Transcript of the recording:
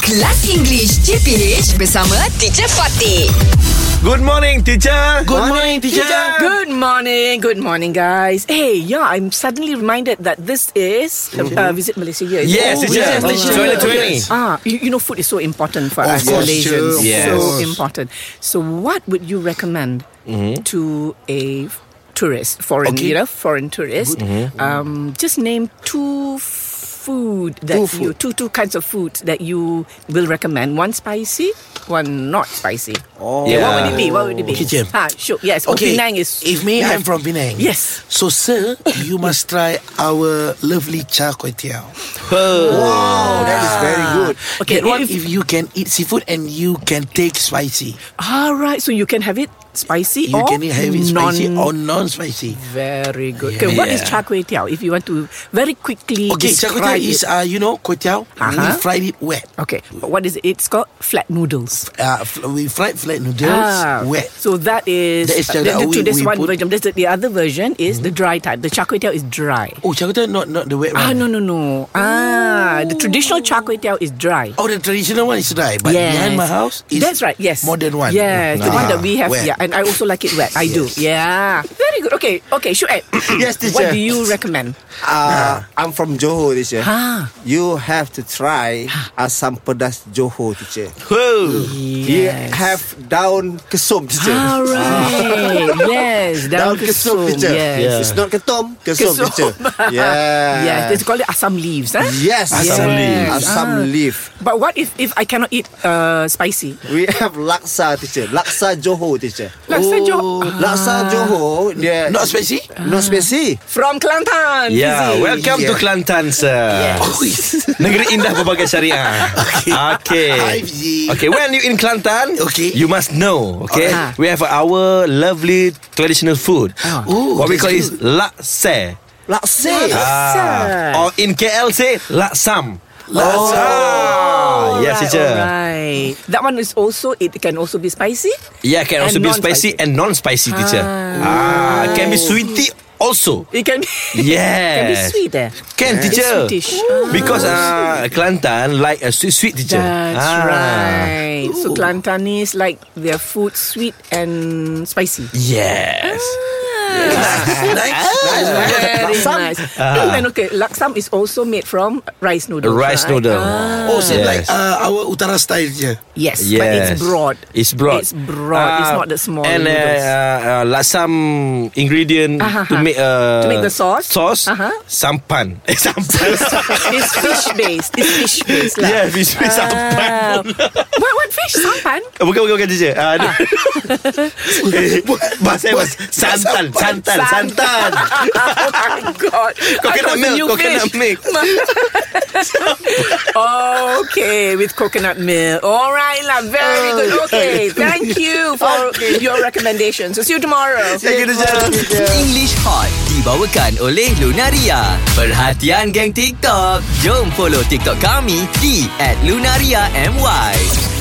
Kelas English CPH bersama Teacher Fatih. Good morning, teacher. Good morning, teacher. Good morning, good morning, guys. Hey, yeah, I'm suddenly reminded that this is uh, Visit Malaysia Year. is it? Yes, teacher. Mm-hmm. Oh, yes, teacher. 2020. Ah, you, you know, food is so important for us course, Malaysians. sure, of course. So important. So, what would you recommend to a f- tourist, foreign, Okay. you know, foreign tourist? Um, just name two food that you Two two two kinds of food that you will recommend. One spicy, one not spicy. Oh, yeah. What would it be? What would it be? Kitchen. Ah, sure. Yes. Okay, Penang is. if you me, I'm have- from Penang. Yes. So, sir, you must try our lovely char kway teow. Wow, that is very good. Ah. Okay, Okay, that one, if- if, you can eat seafood and you can take spicy, All right, so you can have it spicy you or can have Oh, it non- spicy or non-spicy. Very good. Okay, what is Yeah. char kway teow? If you want to very quickly Okay, char kway teow describe is it. uh, you know kway teow. We Uh-huh. fried it wet. okay, but what is it? It's called flat noodles. Uh, fl- we fried flat noodles Ah. wet. So that is, That is uh, the- the- the- we- this we one put- Mm-hmm. version. This, the other version is the dry type. The char kway teow is dry. Oh, char kway teow not not the wet Ah, one. no, no, no. Ah, the traditional char kway teow is dry. Oh, the traditional one is dry, but Yes. behind my house is That's right, yes. modern one. Yes, the one Ah, that we have. wet. Yeah, and I also like it wet. I do. Yeah. Very good. Okay, okay, sure. Yes, teacher. What do you recommend? Uh, I'm from Johor, teacher. Ah. You have to try asam pedas Johor, teacher. You have daun kesum, teacher. Alright. yes. Ah, Daun kesum. teacher. Yes. It's not ketom, kesum, Kesum. teacher. yeah. Yes. They call it asam leaves, huh? Yes. Asam Yes. leaf. Asam Ah. leaf. But what if if I cannot eat uh, spicy? We have laksa, teacher. Laksa Johor, teacher. Laksa Johor. Ah. Laksa Johor, dia Not spicy? not spicy. From Kelantan. Yeah, Fizi. welcome to Yeah. Kelantan, sir. Oh, yes. Negeri indah berbagai syariah. okay. Hi, Fizi. Okay, when you in Kelantan, Okay. you must know, okay? Ah. We have our lovely traditional food. Ah. Ooh, what we that's call is good. laksa. Ah. Laksa. Laksa. Or in KL say laksam. Laksa. Ah, yes, Alright, teacher. alright. That one is also it can also be spicy. Yeah, can also And be spicy non-spicy. and non-spicy, teacher. Ah, can be sweety also. It can be Yes. can be sweet eh. Can teacher It's sweetish. Because uh, Kelantan Like a sweet, sweet teacher That's Ah. right. So Kelantanis like their food sweet and spicy. Yes Ah. Very nice. and okay, laksam is also made from rice noodle. Ah. Rice right? noodle Ah. Oh, same Yes. like uh, our Uttara style here. Yes, Yes but it's broad. It's broad It's broad. it's Ah, not the small And uh, noodles. uh, like some ingredient Ah, ah, To ah. make uh, To make the sauce? lah. Sauce Ah, ah. Sampan Eh, Sampan it's fish based. It's fish based lah. Yeah fish fish sampan Ah. what what fish? Sampan? Bukan bukan bukan teacher uh, Bahasa saya bahasa- Santan Santan Santan oh my god. I Coconut thought the milk, new coconut fish. milk. okay, with coconut milk. All right, lah. Very good. Oh. Okay, thank you for your recommendations. So see you tomorrow. Thank you teacher English Hot dibawakan oleh Lunaria. Perhatian geng TikTok. Jom follow TikTok kami di @lunariamy.